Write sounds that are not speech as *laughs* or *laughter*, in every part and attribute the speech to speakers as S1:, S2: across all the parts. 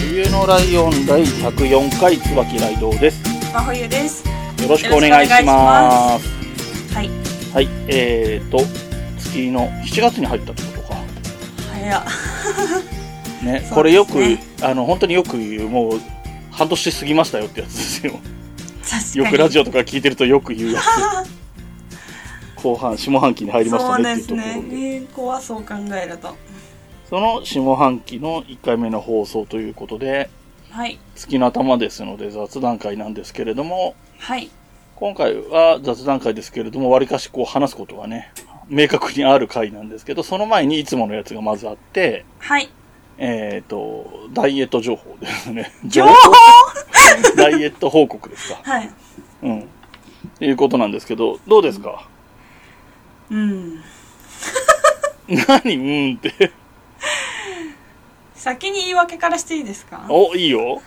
S1: 冬のライオン第104回椿ライドウです。
S2: 真冬です
S1: よろしくお願いします。
S2: はい
S1: はい、えーと、月の7月に入ったってことか。
S2: 早っ
S1: ね、
S2: すね
S1: これよく、あの、本当によく言う、もう、半年過ぎましたよってやつですよ。よくラジオとか聞いてるとよく *laughs* 言うやつ。後半、下半期に入りましたねっていうところで。
S2: そうですね子はそう考えると
S1: その下半期の1回目の放送ということで、
S2: はい
S1: 月の頭ですので雑談会なんですけれども、
S2: はい
S1: 今回は雑談会ですけれども、わりかしこう話すことがね、明確にある回なんですけど、その前にいつものやつがまずあって、
S2: はい
S1: えっ、と、ダイエット情報ですね。
S2: 情報
S1: *laughs* ダイエット報告ですか。
S2: はい
S1: うん。っていうことなんですけど、どうですか
S2: うん
S1: 何うんって。
S2: 先に言い訳からしていいですか
S1: お、いいよ。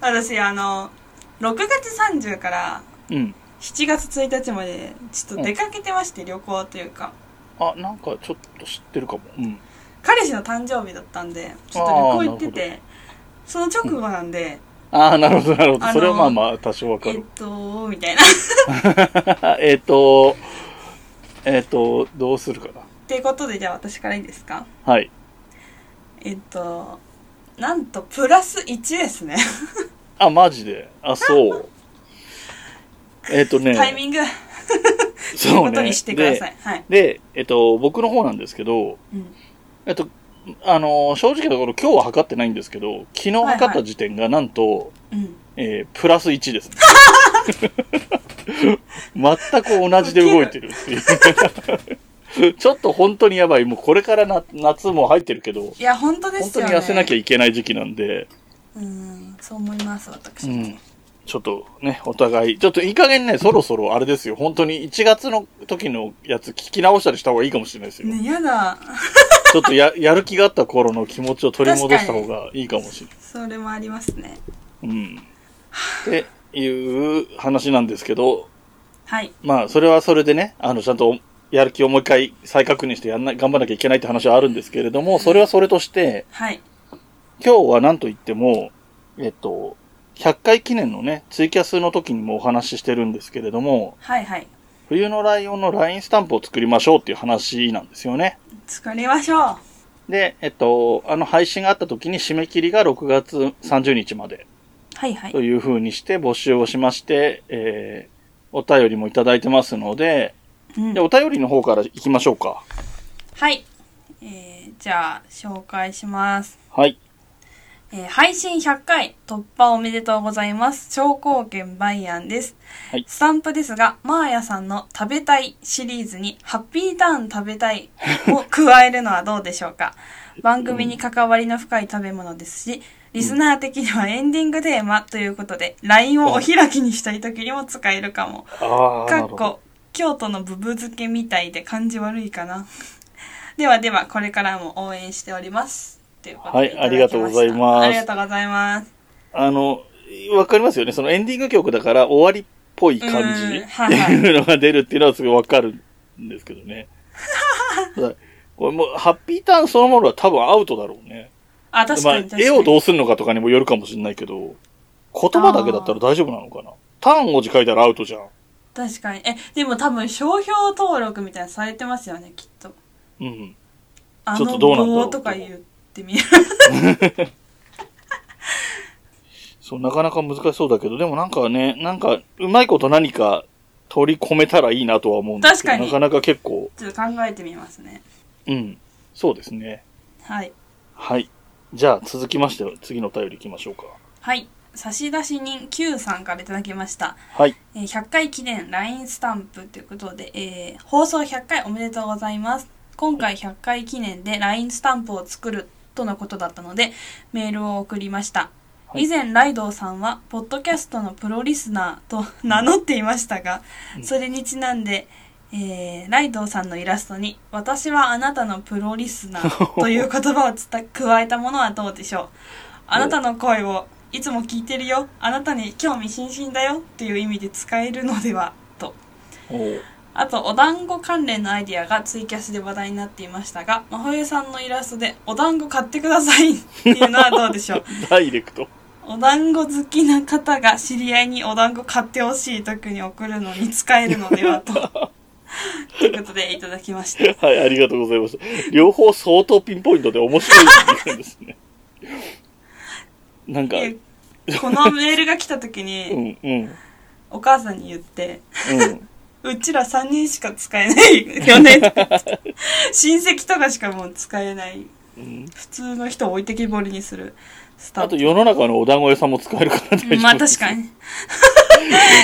S2: 私あの6月30から
S1: うん。
S2: 7月1日までちょっと出かけてまして、旅行というか
S1: あ、なんかちょっと知ってるかも。うん。
S2: 彼氏の誕生日だったんでちょっと旅行行っててその直後なんで、
S1: ああ、なるほど、なるほ
S2: あのー
S1: ど。それはまあまあ、多少わか
S2: えっ
S1: る。
S2: とみたいな *laughs* っ
S1: *laughs* えっと、えっと、どうするかな。
S2: てことでじゃあ私からいいですか
S1: はい。
S2: えっとなんとプラス1ですね
S1: あ、マジで。
S2: *laughs*
S1: あ、そう。えっとね、
S2: タイミングという
S1: そ
S2: こ
S1: う
S2: と
S1: ね
S2: にして。くださ
S1: で、
S2: い、はい、
S1: で、えっと、僕の方なんですけど、
S2: うん、
S1: えっと、あの、正直なところ今日は測ってないんですけど、昨日測った時点がなんと、
S2: うん、
S1: えープラス1です、ね。
S2: *laughs*
S1: 全く同じで動いてるっていう。ちょっと本当にやばい。もうこれからな夏も入ってるけど、
S2: いや本当で
S1: 本
S2: す
S1: 当
S2: よ
S1: に
S2: ね
S1: 痩せなきゃいけない時期なんで、
S2: うんそう思います私、
S1: うん。ちょっとね、お互い、ちょっといい加減ね、そろそろあれですよ。本当に1月の時のやつ聞き直したりした方がいいかもしれないですよ。
S2: ねやだ
S1: ちょっとや、やる気があった頃の気持ちを取り戻した方がいいかもしれない。
S2: それもありますね
S1: うん。っていう話なんですけど、
S2: はい
S1: まあ、それはそれでね、あの、ちゃんとやる気をもう一回再確認してやんな、頑張らなきゃいけないって話はあるんですけれども、それはそれとして、
S2: はい
S1: 今日は何と言っても、えっと、100回記念のね、ツイキャスの時にもお話ししてるんですけれども、
S2: はいはい
S1: 冬のライオンの LINE スタンプを作りましょうっていう話なんですよね。
S2: 作りましょう
S1: で、えっと、あの配信があった時に締め切りが6月30日まで
S2: はいはい
S1: という風にして募集をしまして、えー、お便りもいただいてますので、
S2: うん
S1: で、お便りの方から行きましょうか。
S2: はい。えーじゃあ、紹介します。
S1: はい。
S2: えー配信100回突破おめでとうございます。超高券バイアンです。
S1: はい
S2: スタンプですが、マーヤさんの食べたいシリーズにハッピーターン食べたいを *laughs* 加えるのはどうでしょうか番組に関わりの深い食べ物ですし、リスナー的にはエンディングテーマということで、LINE をお開きにしたい時にも使えるかも。
S1: ああ、な
S2: か
S1: る
S2: っ
S1: ほど。
S2: こ京都のブブ漬けみたいで感じ悪いかな *laughs* ではではこれからも応援しておりますということで
S1: はい
S2: ただきました
S1: ありがとうございます
S2: ありがとうございます
S1: あの、わかりますよね。そのエンディング曲だから終わりっぽい感じ
S2: うん
S1: っ
S2: はい
S1: て
S2: はい
S1: いうのが出るっていうのはすごいわかるんですけどね。 *laughs* ただこれもう、ハッピーターンそのものは多分アウトだろうね。
S2: あ確
S1: まあ
S2: かに確かに、
S1: 絵をどうするのかとかにもよるかもしれないけど、言葉だけだったら大丈夫なのかな。ターン文字書いたらアウトじゃん。
S2: 確かにえでも多分商標登録みたいなのされてますよねきっと
S1: うん。
S2: あ
S1: ちょっ
S2: の
S1: とどうなんだろう
S2: 棒とか言ってみる *laughs*
S1: そう、なかなか難しそうだけど、でもなんかね、なんか、うまいこと何か取り込めたらいいなとは思うんですけ
S2: 確か
S1: ど、な
S2: に
S1: かなか結構、
S2: ちょっと考えてみますね
S1: うん。そうですね。
S2: はい
S1: はい。じゃあ、続きまして、次のお便り行きましょうか。
S2: はい差出人 Q さんからいただきました
S1: はい。
S2: えー100回記念 LINE スタンプということで、えー放送100回おめでとうございます。今回100回記念で LINE スタンプを作るとのことだったのでメールを送りました、
S1: はい
S2: 以前ライドウさんはポッドキャストのプロリスナーと *laughs* 名乗っていましたがそれにちなんで、えーライドウさんのイラストに「私はあなたのプロリスナー」という言葉をつた *laughs* 加えたものはどうでしょうあなたの声をいつも聞いてるよあなたに興味津々だよっていう意味で使えるのではと
S1: おー
S2: あとお団子関連のアイディアがツイキャスで話題になっていましたが真冬さんのイラストで「お団子買ってください」っていうのはどうでしょう
S1: ダイレクト *laughs*
S2: お団子好きな方が知り合いにお団子買ってほしい時に送るのに使えるのではとということでいただきま
S1: *laughs*
S2: した
S1: はいありがとうございます両方相当ピンポイントで面白い時間ですねなんか
S2: でこのメールが来た時
S1: う
S2: に
S1: んうん
S2: お母さんに言って
S1: うん
S2: うちら3人しか使えないよ
S1: *laughs*
S2: ねって親戚とかしかもう使えない
S1: うん
S2: 普通の人を置いてきぼりにするスタ
S1: あ
S2: ンプ
S1: と世の中のお団子屋さんも使えるから大丈夫です
S2: まあ確かに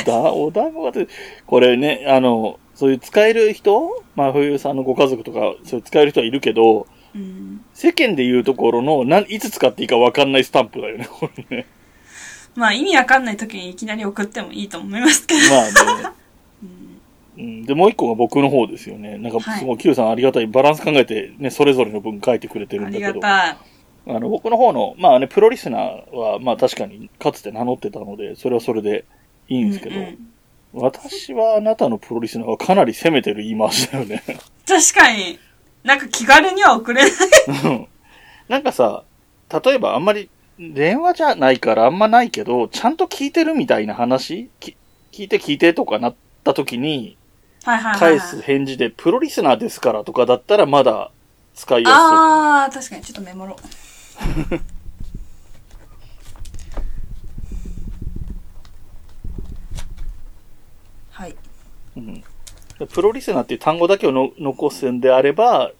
S1: おだお団子がって、これね、あの、そういう使える人、まあ、冬さんのご家族とか、そういう使える人はいるけど、
S2: うん
S1: 世間でいうところの、なんいつ使っていいか分かんないスタンプだよね、これ
S2: *laughs*
S1: ね。
S2: まあ意味わかんない時にいきなり送ってもいいと思いますけど、
S1: まあね。
S2: うん
S1: うん、で、もう一個が僕の方ですよね。なんか、
S2: はい
S1: すごい、Q さんありがたい。バランス考えて、ね、それぞれの分書いてくれてる
S2: あ
S1: んだ
S2: り
S1: け
S2: が
S1: ど。
S2: たい
S1: あの、僕の方の、まあね、プロリスナーは、まあ確かに、かつて名乗ってたので、それはそれでいいんですけど、
S2: うんうん
S1: 私はあなたのプロリスナーはかなり攻めてる言い回しだよね。
S2: 確かになんか気軽には送れない
S1: うんなんかさ、例えばあんまり電話じゃないからあんまないけど、ちゃんと聞いてるみたいな話き聞いて聞いてとかなった時に、
S2: はいはいはい、
S1: 返
S2: は
S1: す
S2: い、
S1: 返事でプロリスナーですからとかだったらまだ使いやすそう。
S2: あー確かにちょっとメモろう *laughs* はい
S1: うん、プロリスナーっていう単語だけをの残すんであれば、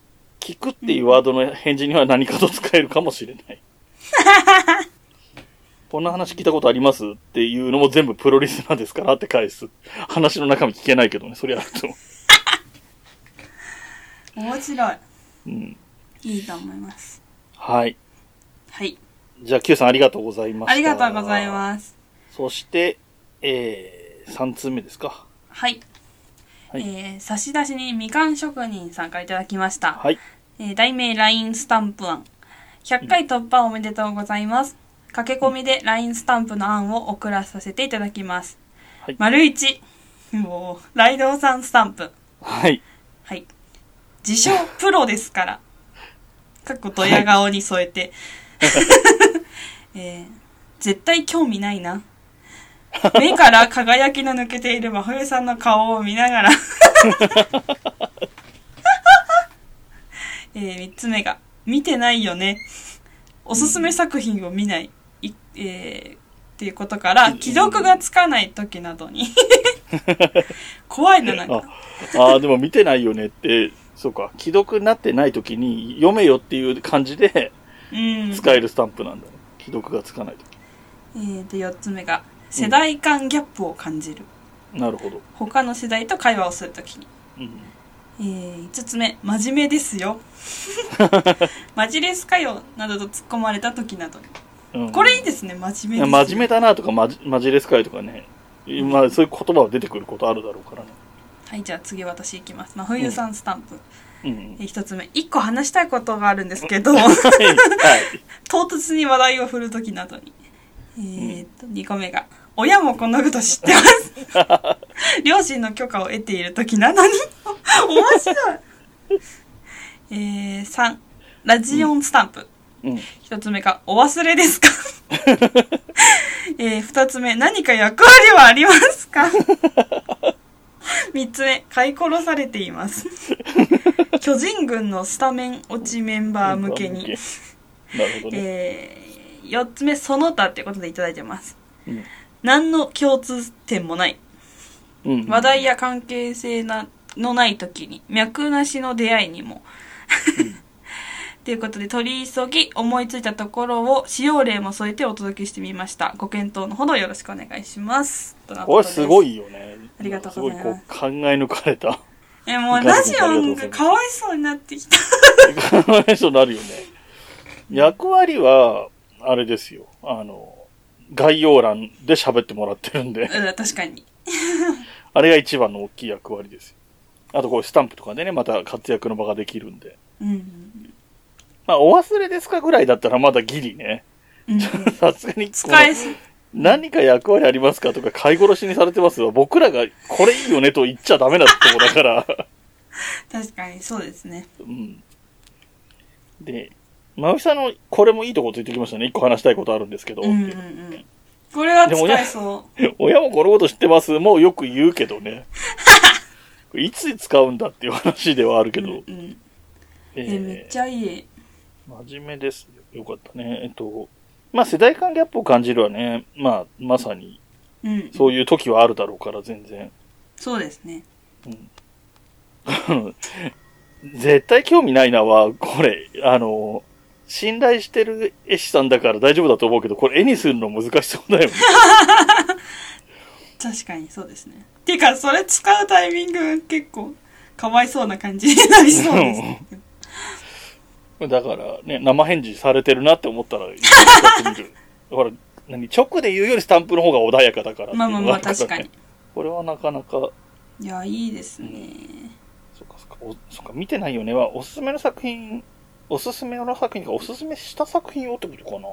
S1: 聞くっていうワードの返事には何かと使えるかもし
S2: *laughs*
S1: れない。こんな話聞いたことありますっていうのも全部プロリスナーですからって返す。話の中身聞けないけどね、それあると思う。
S2: 面白い
S1: うん
S2: いいと思います
S1: はい。
S2: はい
S1: じゃあ、Q さんありがとうございました。
S2: ありがとうございます
S1: す。そして、えー、3通目ですか。
S2: はい、
S1: はい
S2: えー、差し出しにみかん職人さんからいただきました
S1: はい。
S2: えー題名 LINE スタンプ案100回突破おめでとうございます駆け込みで LINE スタンプの案を送らさせていただきます、
S1: はい
S2: 丸1もうライドウさんスタンプ
S1: はい。
S2: はい自称プロですからかっこドヤ顔に添えて、 *laughs* えー絶対興味ないな目から輝きの抜けている真冬さんの顔を見ながらえー、3つ目が「見てないよね」おすすめ作品を見ないい、えーっていうことから既読がつかない時などに怖いななんか
S1: ああ、でも見てないよねって、そうか、既読になってない時に、読めよっていう感じで
S2: うん
S1: 使えるスタンプなんだね。既読がつかないと
S2: えーで4つ目が世代間ギャップを感じる、
S1: なるほど。
S2: 他の世代と会話をするときに、
S1: うん。
S2: えー5つ目真面目です
S1: *laughs*
S2: よマジレスかよなどと突っ込まれた時などに
S1: うん
S2: これいいですね真
S1: い
S2: 面目
S1: や
S2: ですよ
S1: 真面目だなとか、まじ、マジレス会とかね。まあ、そういう言葉は出てくることあるだろうからね。
S2: はいじゃあ次私いきます真冬さんスタンプ、
S1: うんうん。
S2: え1つ目1個話したいことがあるんですけ
S1: *laughs*
S2: ど
S1: はい。はい。
S2: 唐突に話題を振る時などにえーっと2個目が親もこのこと知ってます両親の許可を得ている時なのに面白いえー、3ラジオンスタンプ、
S1: うん。
S2: 一つ目が、お忘れですかえー、二つ目、何か役割はありますか三つ目、買い殺されています。巨人軍のスタメン落ちメンバー向けに。。
S1: なるほどね。
S2: えー、四つ目、その他ってことでいただいてます。
S1: うん
S2: 何の共通点もない。
S1: うん
S2: 話題や関係性なのない時に脈なしの出会いにも。 *laughs* ということで取り急ぎ思いついたところを使用例も添えてお届けしてみましたご検討のほどよろしくお願いしますとの
S1: これ
S2: とです
S1: ごいよね。
S2: ありがとうございます
S1: すごいこう考え抜かれた *laughs*
S2: え、もうラジオがかわいそうになってきた。
S1: かわいそうになるよね。役割は、あれですよ。あの、概要欄で喋ってもらってるんで、
S2: うん、確かに。
S1: あれが一番の大きい役割ですよ。あと、こう、スタンプとかでね、また活躍の場ができるんで。
S2: うん。
S1: まあ、お忘れですかぐらいだったらまだギリね。
S2: うん、
S1: さすがに、こ
S2: 使え
S1: の
S2: す、
S1: 何か役割ありますかとか、買い殺しにされてますよ。僕らが、これいいよねと言っちゃダメだってことだから。
S2: *laughs* 確かにそうですね。
S1: うん。で、まゆきさんの、これもいいとこついてきましたね。一個話したいことあるんですけど。
S2: うんうんうん。これは使えそ
S1: 親もこのこと知ってますもうよく言うけ
S2: *laughs*
S1: どね。これいつ使うんだっていう話ではあるけ
S2: う。う
S1: ど。
S2: んうん。
S1: え
S2: え、めっちゃいい。
S1: ー真面目ですよ。よかったね。えっと、まあ世代間ギャップを感じるはね、まあまさに
S2: うん。
S1: そういう時はあるだろうから全然。 *laughs*
S2: そうですね。
S1: 絶対興味ないなは、これ、あの、信頼してる絵師さんだから大丈夫だと思うけど、これ絵にするの難しそうだよね。
S2: 確かにそうですね。ていうか、それ使うタイミング結構、かわいそうな感じになりそうですね。
S1: だからね、 *laughs* 生返事されてるなって思ったら、やってみる。ほら、何、直で言うよりスタンプの方が穏やかだからっていう
S2: まあ
S1: の
S2: まあまあ、
S1: がるらね
S2: 確
S1: *laughs*
S2: かに。。
S1: これはなかなか、そ
S2: いや、いいですね。
S1: っかそっか、おそっか、見てないよねは、おすすめの作品、おすすめの作品か、おすすめした作品をってことかな。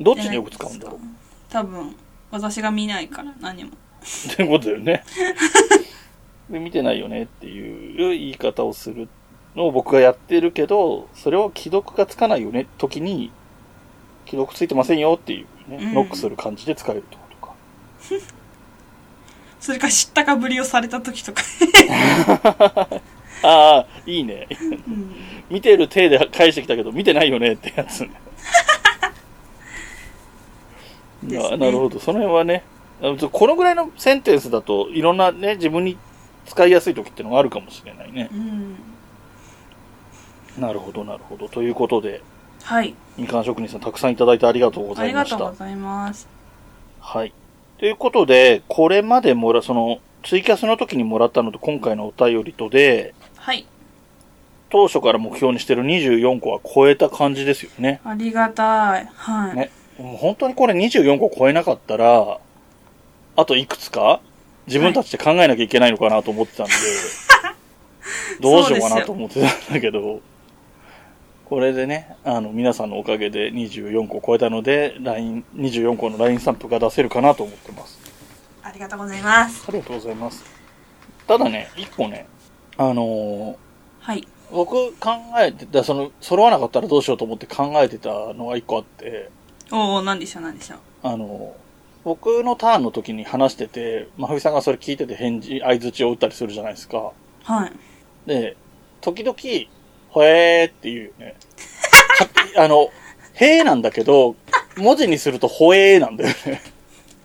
S1: どっちによく使うんだろう
S2: じゃないですか多分、私が見ないから、何も。
S1: ってことだよね。 *laughs* で見てないよねっていう言い方をするのを僕がやってるけど、それを既読がつかないよね、時に、既読ついてませんよっていうね、
S2: うん
S1: ノックする感じで使えるってことか。
S2: それか知ったかぶりをされた時とか。
S1: ああ、いいね。
S2: うん
S1: 見てる体で返してきたけど、見てないよねって
S2: *laughs*
S1: やつね。
S2: ですね
S1: ななるほど。その辺はね、あのこのぐらいのセンテンスだといろんなね、自分に使いやすい時ってのがあるかもしれないね。
S2: うん。
S1: なるほど、なるほど。ということで、
S2: はい。
S1: みかん職人さんたくさんいただいてありがとうご
S2: あ
S1: ざ
S2: り
S1: い
S2: が
S1: まし
S2: とうご
S1: た。
S2: ざいます。
S1: はい。ということで、これまでもら、その、ツイキャスの時にもらったのと今回のお便りとで、
S2: はい。
S1: 当初から目標にしてる24個は超えた感じですよね。
S2: ありがたい。はい。
S1: ねもう本当にこれ24個超えなかったら、あといくつか自分たちで考えなきゃいけないのかなと思ってたんで、どうしようかなと思ってたんだけど、これでね、あの、皆さんのおかげで24個超えたので、LINE、24個の LINE スタンプが出せるかなと思ってます。
S2: ありがとうございます。
S1: ありがとうございます。ただね、1個ね、あのー
S2: はい。
S1: 僕考えてた、その、揃わなかったらどうしようと思って考えてたのが1個あって、
S2: おお、なんでしょう、なんでしょう。
S1: あの、僕のターンの時に話してて、まふみさんがそれ聞いてて返事、相槌を打ったりするじゃないですか。
S2: はい。
S1: で、時々、ほえーって言うよね。勝手に *laughs* あの、へーなんだけど、文字にするとほえーなんだよね。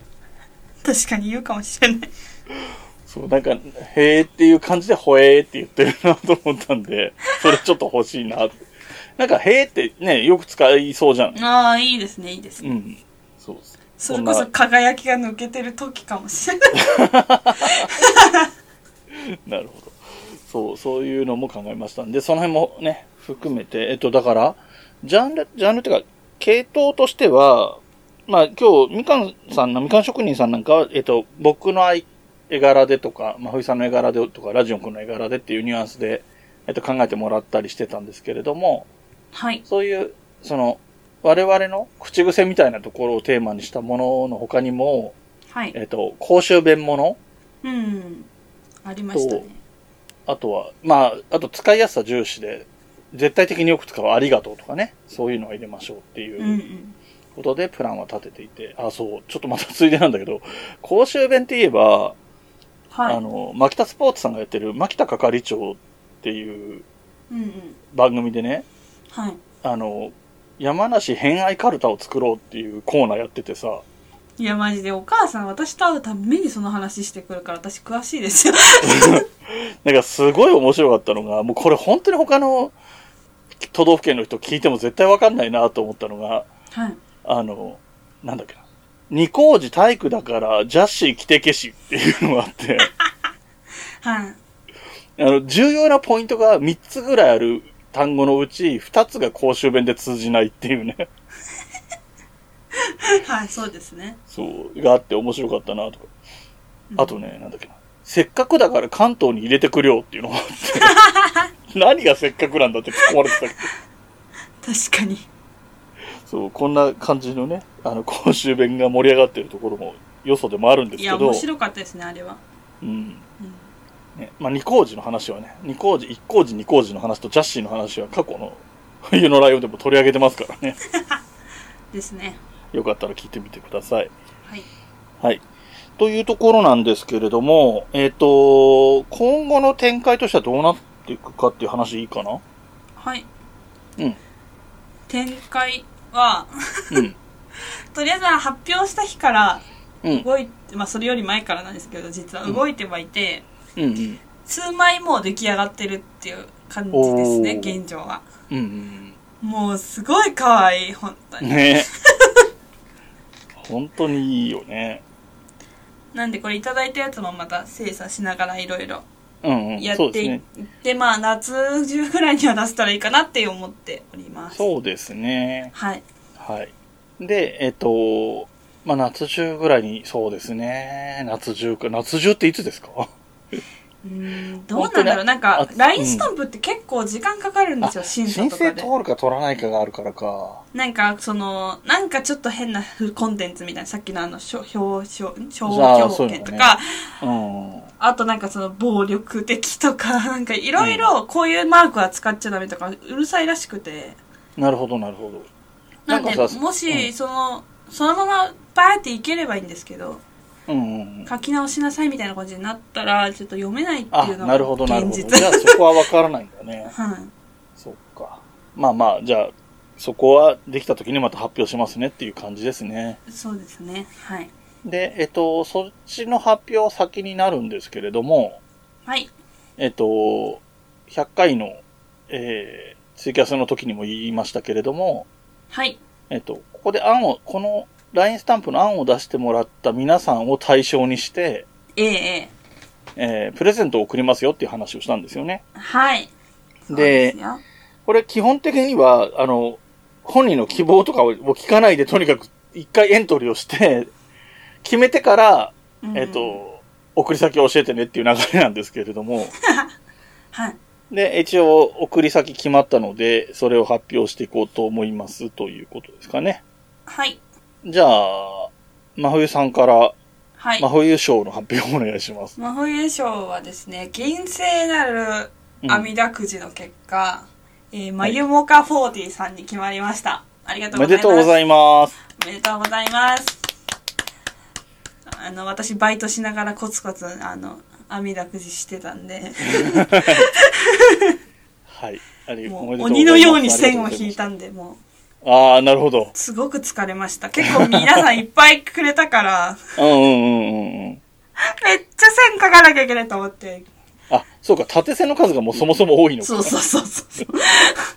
S1: *laughs*
S2: 確かに言うかもしれない。
S1: そう、なんか、へーっていう感じでほえーって言ってるなと思ったんで、それちょっと欲しいなって。なんか、へーってね、よく使いそうじゃん。
S2: ああ、いいですね、いいです
S1: う
S2: ね。
S1: ん。そうです。
S2: それこそ
S1: ん
S2: 輝きが抜けてる時かもしれない。
S1: なるほど。そう、そういうのも考えましたんで、その辺もね、含めて、えっと、だから、ジャンル、ジャンルっていうか、系統としては、まあ、今日、みかんさんの、みかん職人さんなんかは、えっと、僕の愛絵柄でとか、まふいさんの絵柄でとか、ラジオン君の絵柄でっていうニュアンスで、えっと、考えてもらったりしてたんですけれども、
S2: はい。
S1: そういう、その、我々の口癖みたいなところをテーマにしたものの他にも、
S2: はい。
S1: えっと、公衆弁もの
S2: うん。ありましたね。
S1: あとは、まあ、あと使いやすさ重視で、絶対的によく使うありがとうとかね、そういうのを入れましょうって
S2: うんう。
S1: いうんことでプランは立てていて、あ、そう、ちょっとまたついでなんだけど、 *laughs* 公衆弁って言えば、
S2: はい
S1: あ。の、牧田スポーツさんがやってる牧田係長っていう
S2: うんうん。
S1: 番組でね、
S2: はい。
S1: あの、山梨偏愛カルタを作ろうっていうコーナーやっててさ、
S2: いや、マジでお母さん、私と会うためにその話してくるから、私詳しいですよ。
S1: なんかすごい面白かったのが、もうこれ本当に他の都道府県の人聞いても絶対わかんないなと思ったのが、
S2: *laughs* はい。
S1: あの、なんだっけな。二工事体 *laughs* 育だから、ジャッシー着てけしっていうのがあって、
S2: はい。
S1: あの、重要なポイントが3つぐらいある単語のうち、2つが公衆弁で通じないっていうね。 *laughs*
S2: はい、そうですね。
S1: そう、があって面白かったなとか。あとね、なんだっけな。せっかくだから関東に入れてくれよっていうのがあって。 *laughs* 何がせっかくなんだって壊れてたけど。
S2: 確かに。
S1: そう、こんな感じのね、あの、公衆弁が盛り上がってるところも、よそでもあるんです
S2: い
S1: け
S2: や、
S1: ど
S2: 面、白かったですね、あれは。
S1: うん。
S2: うん
S1: ね、まあ、二工事の話はね、二工事、一工事、二工事の話とジャッシーの話は過去の冬のライオンでも取り上げてますから
S2: *laughs*
S1: ね。
S2: ですね。
S1: よかったら聞いてみてください。
S2: はい。
S1: はい。というところなんですけれども、えっ、と、今後の展開としてはどうなっていくかっていう話いいかな
S2: はい。
S1: うん。
S2: 展開は、
S1: うん。
S2: *laughs* とりあえずは発表した日から
S1: うん。
S2: 動いて、まあそれより前からなんですけど、実は動いてはいて、
S1: うん。うん。
S2: 数枚もう出来上がってるっていう感じですね、
S1: おー
S2: 現状は。
S1: うん。
S2: もうすごい可愛い、本当
S1: うん。
S2: に。 *laughs*
S1: ね本当にいいよね。
S2: なんでこれいただいたやつもまた精査しながらいろいろ
S1: うん、うん。
S2: やっ
S1: そう
S2: て
S1: です
S2: いっ
S1: ね。
S2: て、まあ夏中ぐらいには出せたらいいかなって思っております。
S1: そうですね。
S2: はい。
S1: はい。で、えっと、まあ、夏中ぐらいに、そうですね。夏中か。夏中っていつですか
S2: うーんどうなんだろうなんか
S1: 本当、にあ
S2: LINE スタンプって結構時間かかるんですよ、審査
S1: 申
S2: とか
S1: 請
S2: で。
S1: 通るか通らないかがあるからか。
S2: なんか、その、なんかちょっと変なコンテンツみたいな、さっきのあの、しょ表彰、
S1: じゃあ
S2: 表
S1: そ
S2: 彰
S1: ういう
S2: 券
S1: の
S2: と
S1: ね
S2: か、
S1: うん。
S2: あとなんかその暴力的とか、なんかいろいろこういうマークは使っちゃダメとか、うるさいらしくて。
S1: なるほど、なるほど。
S2: なんで
S1: なんかさ、
S2: も
S1: う
S2: し、
S1: ん
S2: その、そのままバーっていければいいんですけど、
S1: うんうんうん。
S2: 書き直しなさいみたいな感じになったら、ちょっと読めないって
S1: あ
S2: いう、の
S1: なるほど、な
S2: が
S1: る
S2: 現
S1: ほど。じゃ
S2: 実。
S1: あ。そこはわからないんだね
S2: *laughs*
S1: *laughs*
S2: はい。
S1: そっか。まあまあ、じゃあ、そこはできた時にまた発表しますねっていう感じですね。
S2: そうですね。はい。
S1: で、えっと、そっちの発表は先になるんですけれども、
S2: はい。
S1: えっと、100回の、えー、ツイキャスの時にも言いましたけれども、
S2: はい。
S1: えっと、ここで案を、この LINE スタンプの案を出してもらった皆さんを対象にして、
S2: ええええ
S1: えー、プレゼントを送りますよっていう話をしたんですよね。
S2: はい。そう
S1: で
S2: ですよ
S1: これ基本的には、あの、本人の希望とかを聞かないで、とにかく一回エントリーをして、決めてから、
S2: うん
S1: えっと、送り先を教えてねっていう流れなんですけれども、
S2: はい。
S1: で、一応送り先決まったので、それを発表していこうと思いますということですかね。
S2: はい。
S1: じゃあ、真冬さんから、
S2: はい
S1: 真。冬賞の発表をお願いします。
S2: 魔法優勝はですね、厳正なる
S1: うん
S2: 阿弥陀くじの結果、えー、まゆもか40さんに決まりました。ありがと
S1: お
S2: うご
S1: め
S2: ざい
S1: で
S2: ます。
S1: とうございます。
S2: おめでとうございます。あの、私、バイトしながらコツコツ、あの、阿弥陀くじしてたん
S1: *laughs*
S2: で、
S1: はい。あり
S2: も
S1: おめ
S2: う
S1: でとうございます
S2: 鬼のように線を引いたんで、も
S1: ああ、なるほど
S2: う、。すごく疲れました。結構皆さんいっぱいくれた
S1: *laughs*
S2: から、
S1: うんうんうんうんうん。
S2: めっちゃ線書かなきゃいけないと思
S1: *laughs*
S2: って。
S1: あ、そうか、縦線の数がもうそもそも多いのか。
S2: そうそうそうそう。
S1: *laughs*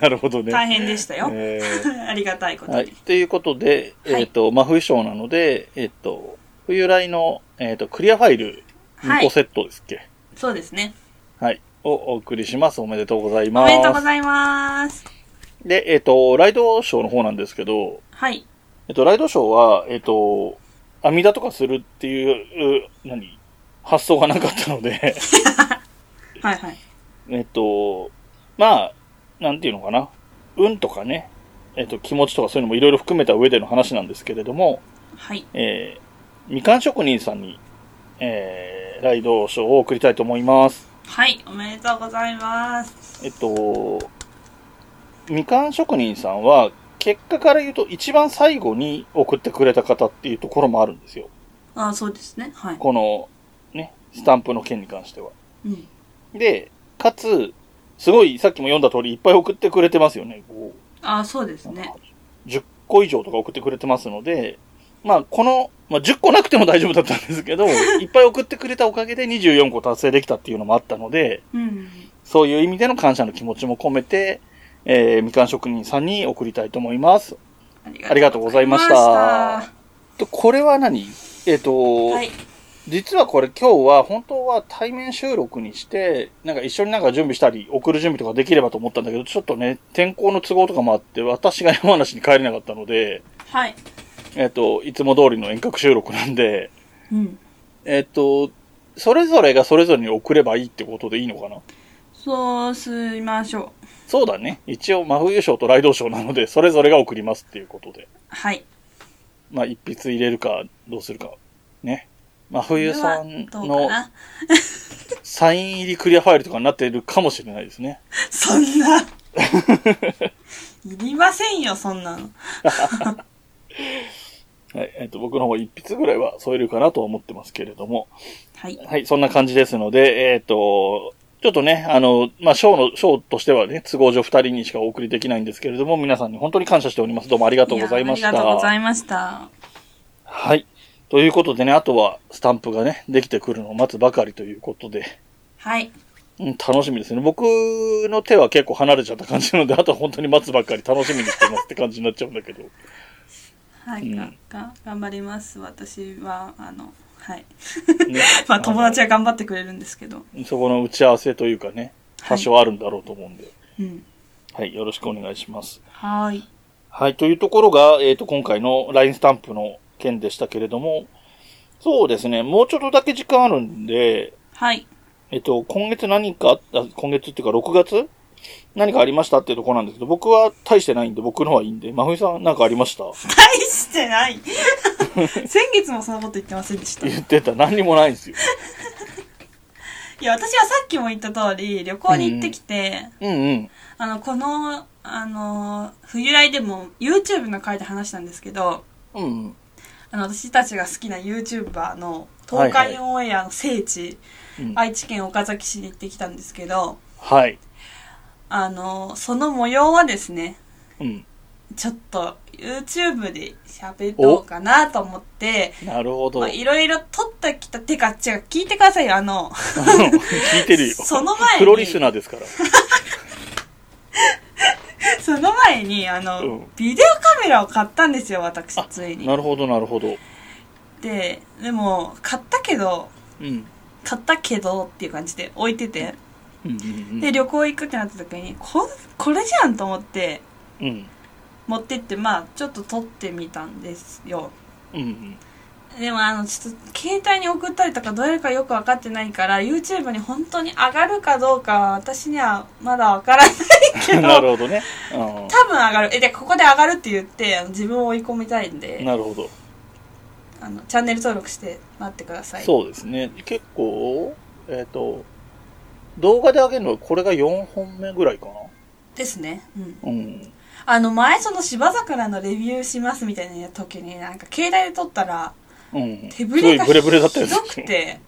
S1: なるほどね。
S2: 大変でしたよ。
S1: え
S2: *laughs* ありがたいこ
S1: ー
S2: と
S1: はい。
S2: に。
S1: ということで、
S2: はい
S1: えっ、と、真冬賞なので、えっ、と、冬来の、えっ、と、クリアファイル2
S2: はい
S1: 個セットですっけ、
S2: そうですね。
S1: はい。をお送りします。おめでとうござい
S2: お
S1: ます。
S2: めでとうございます。
S1: で、えっ、と、ライドショーの方なんですけど、
S2: はい。
S1: えっ、と、ライドショーは、えっ、と、網ミとかするっていう、う何発想がなかったので、 *laughs*
S2: はいはい。
S1: えっ、と、まあ、なんていうのかな。運とかね、えっ、と、気持ちとかそういうのもいろいろ含めた上での話なんですけれども、
S2: はい。
S1: えー、みかん職人さんに、えー、ライドショーを送りたいと思います。
S2: はい。おめでとうございます。
S1: えっと、みかん職人さんは、結果から言うと一番最後に送ってくれた方っていうところもあるんですよ。
S2: あそうですね。はい。
S1: この、ね、スタンプの件に関しては。
S2: うん。
S1: で、かつ、すごい、さっきも読んだ通り、いっぱい送ってくれてますよね。こ
S2: あそうです
S1: う
S2: ね。
S1: 10個以上とか送ってくれてますので、まあ、この、まあ、10個なくても大丈夫だったんですけど、いっぱい送ってくれたおかげで24個達成できたっていうのもあったので、
S2: うん。
S1: そういう意味での感謝の気持ちも込めて、えーみかん職人さんに送りたいと思います。ありがとうございました。
S2: ありがとうございま
S1: とこれは何えっ、と、
S2: はい。
S1: 実はこれ今日は本当は対面収録にして、なんか一緒になんか準備したり、送る準備とかできればと思ったんだけど、ちょっとね、天候の都合とかもあって、私が山梨に帰れなかったので、
S2: はい。
S1: えっ、と、いつも通りの遠隔収録なんで、
S2: うん。
S1: えっ、と、それぞれがそれぞれに送ればいいってことでいいのかな
S2: そうしましょう。
S1: そうだね。一応、真冬賞とライド賞なので、それぞれが送りますっていうことで。
S2: はい。
S1: まあ、一筆入れるか、どうするか。ね。真冬
S2: これ
S1: さ
S2: は
S1: ん
S2: どうか
S1: の
S2: な。
S1: サイン入りクリアファイルとかになっているかもしれないですね。
S2: そん
S1: *laughs*
S2: な。いりませんよ、そんなの。
S1: はい。えっ、と、僕の方一筆ぐらいは添えるかなとは思ってますけれども。
S2: はい。
S1: はい。そんな感じですので、えっ、と、ちょっとね、あの、まあ、賞の、賞としてはね、都合上二人にしかお送りできないんですけれども、皆さんに本当に感謝しております。どうもありがとうございました。
S2: やありがとうございました。
S1: はい。ということでね、あとはスタンプがね、できてくるのを待つばかりということで、
S2: はい。
S1: うん、楽しみですね。僕の手は結構離れちゃった感じなので、あ *laughs* とは本当に待つばっかり楽しみにしてますって感じになっちゃうんだけど。 *laughs*
S2: はい、
S1: うん
S2: がが頑張ります。私は、あの、はい。
S1: ね
S2: *laughs* まあ、友達は頑張ってくれるんですけど。
S1: そこの打ち合わせというかね、多少あるんだろうと思うんで、
S2: うん。
S1: はい、よろしくお願いします。
S2: はーい。
S1: はい、というところが、えっ、と、今回の LINE スタンプの件でしたけれども、そうですね、もうちょっとだけ時間あるんで、
S2: はい。 *laughs*
S1: えっと、今月何かあった、今月っていうか6月何かありましたっていうところなんですけど、僕は大してないんで、僕のはいいんで、真冬さん何かありました *laughs*
S2: 大してない先月もそんなこと言ってませんでした。い
S1: 言ってた。何にもないんですよ。
S2: や、私はさっきも言った通り、旅行に行ってきて、
S1: うんうん。
S2: あの、この、あの、冬来でも YouTube の回で話したんですけど、
S1: うんうん。
S2: あの、私たちが好きな YouTuber の東海オンエアの聖地、
S1: うん
S2: 愛知県岡崎市に行ってきたんですけど、
S1: はい。
S2: あの、その模様はですね、
S1: うん。
S2: ちょっと YouTube で喋ろうかなと思って、
S1: なるほど。
S2: まあ
S1: 聞 *laughs*
S2: いろいろ撮ってきた、てか、違う、聞いてくださいよ、あの、 *laughs*
S1: いてるよ。
S2: その前に
S1: プロリスナーですから。
S2: その前に、あの、
S1: うん
S2: ビデオカメラを買ったんですよ、私、ついに。
S1: なるほど、なるほど。
S2: で、でも、買ったけど、
S1: うん。
S2: 買ったけどっていう感じで置いてて、
S1: うんうん
S2: で、旅行行くってなった時に、こ、これじゃんと思って、
S1: うん。うん。
S2: 持ってって、まあ、ちょっと撮ってみたんですよ。
S1: うんうん。
S2: でもあのちょっと携帯に送ったりとかどうやるかよく分かってないから YouTube に本当に上がるかどうかは私にはまだ分からないけど
S1: なるほどね。う
S2: 多分上がるえでここで上がるって言ってあの自分を追い込みたいん
S1: ん。
S2: で
S1: なるほど。
S2: あのチャンネル登録して待ってください
S1: そうですね。結構、えっ、と、動画で上げるのはこれが4本目ぐらいか
S2: ですねうん
S1: な。うん。
S2: あの前その芝桜のレビューしますみたいな時になんか携帯で撮ったら
S1: うん。
S2: 手ぶれが
S1: すごいブレブレだった
S2: ひ
S1: よ
S2: ど
S1: ね
S2: くて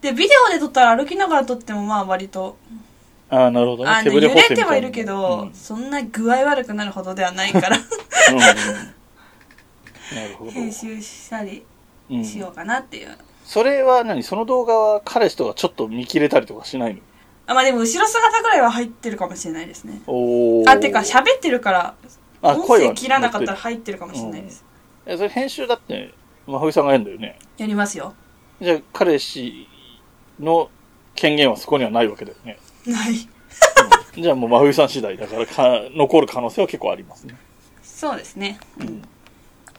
S2: でビデオで撮ったら歩きながら撮ってもまあ割と
S1: *laughs* ああ、なるほどね
S2: あ。
S1: 手
S2: の
S1: ぶれ
S2: 揺
S1: 補
S2: れて
S1: 正みたいな
S2: はいるけど、
S1: うんうん
S2: そんな具合悪くなるほどではないから
S1: うんなるほど。
S2: 編集したり
S1: うん
S2: しようかなっていう、
S1: それは何その動画は彼氏とかちょっと見切れたりとかしないの
S2: あまあでも後ろ姿ぐらいは入ってるかもしれないですね
S1: おー
S2: あてか喋ってるから
S1: あ
S2: 音
S1: 声は
S2: 声切らなかったら入ってるかもしれないです、
S1: えそれ編集だって、真冬さんがやるんだよね。
S2: やりますよ *laughs*
S1: じゃあ、彼氏の権限はそこにはないわけだよね。
S2: はい
S1: じゃあもう真冬さん次第だからか、残る可能性は結構ありますね。
S2: そうですね
S1: うん。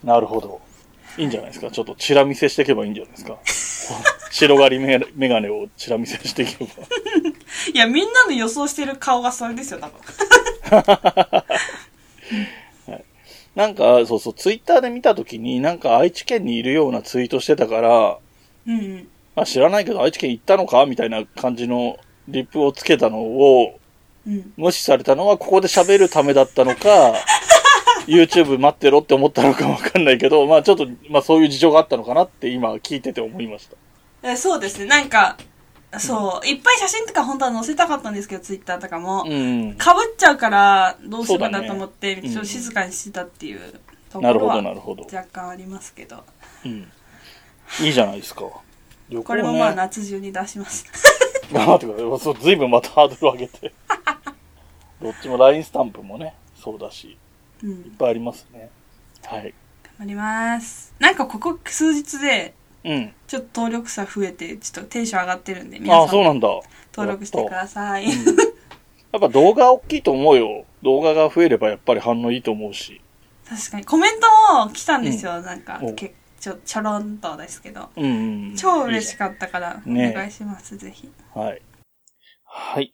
S1: なるほど。いいんじゃないですか。ちょっとチラ見せしていけばいいんじゃないですか。 *laughs* 白狩りメガメガネをチラ見せしていけば。
S2: いやみんなの予想してる顔がそれですよ多分
S1: なんか、そうそう、ツイッターで見たときに、なんか愛知県にいるようなツイートしてたから、
S2: うんうん
S1: あ知らないけど愛知県行ったのかみたいな感じのリップをつけたのを、
S2: うん、
S1: 無視されたのはここで喋るためだったの
S2: *laughs*
S1: か、YouTube 待ってろって思ったのかわかんないけど、まあちょっと、まあそういう事情があったのかなって今聞いてて思いました。
S2: えそうですねなんかそういっぱい写真とか本当は載せたかったんですけどツイッターとかも、
S1: うん。
S2: かぶっちゃうからどうしようかなと思って、
S1: そうだね
S2: ちょっと静かにしてたっていうとこ
S1: なる
S2: ろ
S1: ほど、
S2: は
S1: なるほど。
S2: 若干ありますけど
S1: うん。いいじゃないですか。旅行ね
S2: これも
S1: *laughs*
S2: まあ夏中に出します
S1: 頑張ってください。そう、ずいぶんまたハードル上げて。
S2: *laughs*
S1: どっちも LINE スタンプもね、そうだし、
S2: うん
S1: いっぱいありますね。はい。
S2: 頑張りますなんかここ数日で
S1: うん。
S2: ちょっと登録者増えて、ちょっとテンション上がってるんで、皆
S1: ああ、
S2: さん
S1: そう
S2: も
S1: なんだ。
S2: 登録してください。
S1: やっぱ動画大きいと思うよ。動画が増えればやっぱり反応いいと思うし。
S2: 確かに、コメントも来たんですよ、なんか
S1: お、
S2: けちょ、ちょろんとですけど。
S1: うん、うん。
S2: 超嬉し
S1: い
S2: かったから、お
S1: ね
S2: 願いします、ぜひ。
S1: い。はい。はい。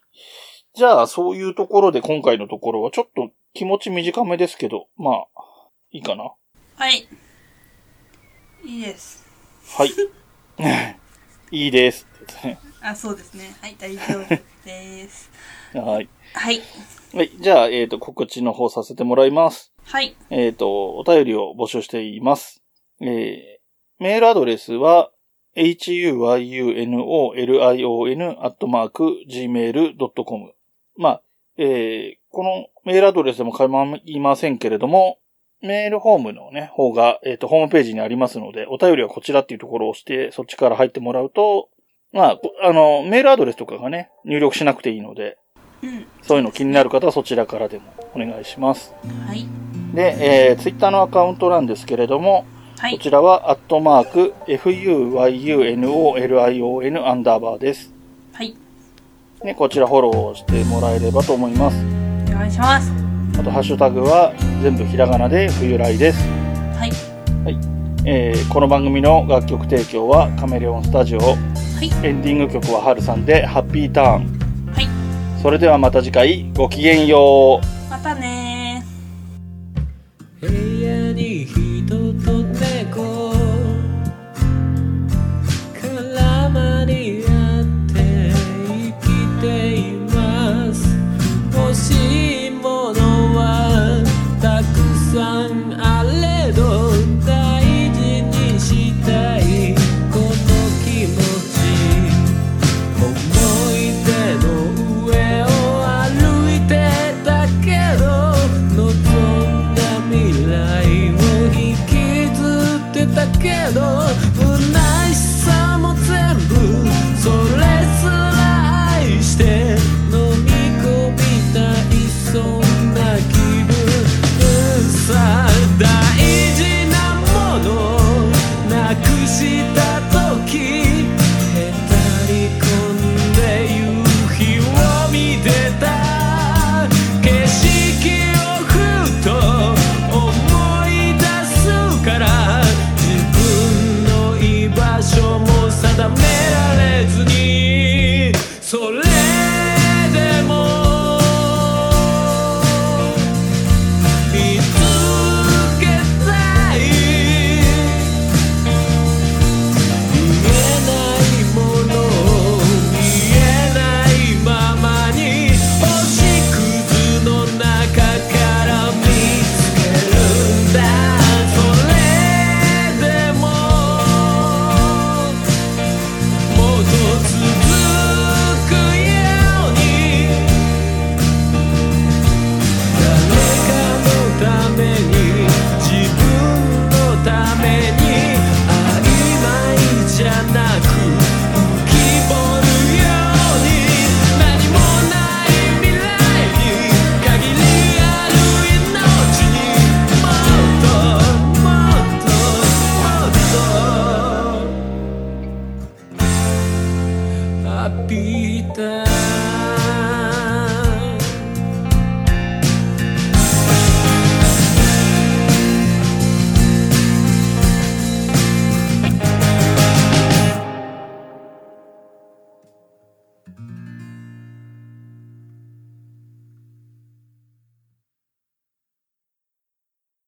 S1: じゃあ、そういうところで今回のところはちょっと気持ち短めですけど、まあ、いいかな。
S2: はい。いいです。
S1: はい。 *laughs* いいです。 *laughs*
S2: あ、そうですね。はい、大丈夫です。 *laughs*
S1: はい。
S2: はい。
S1: はい。じゃあ、えっ、と、告知の方させてもらいます。
S2: はい。
S1: えっ、と、お便りを募集しています。えーメールアドレスは、huyunolion.gmail.com。まあ、えーこのメールアドレスでも構いませんけれども、メールフォームのね、方が、えっ、と、ホームページにありますので、お便りはこちらっていうところを押して、そっちから入ってもらうと、まあ、こあの、メールアドレスとかがね、入力しなくていいので、
S2: うん。
S1: そういうの気になる方はそちらからでもお願いします。
S2: はい。
S1: で、えー、ツイッターのアカウントなんですけれども、
S2: は
S1: こ
S2: い。
S1: ちらは、アットマーク、fuyunolion アンダーバーです。
S2: はい。
S1: ね、こちらフォローしてもらえればと思います。
S2: お願いします。
S1: あと、ハッシュタグは、全部ひらがなで、冬来です。
S2: はい。
S1: えー、この番組の楽曲提供は、カメレオンスタジオ。
S2: はい。
S1: エンディング曲は、ハルさんで、ハッピーターン。
S2: はい。
S1: それではまた次回、ごきげんよう。
S2: またねー。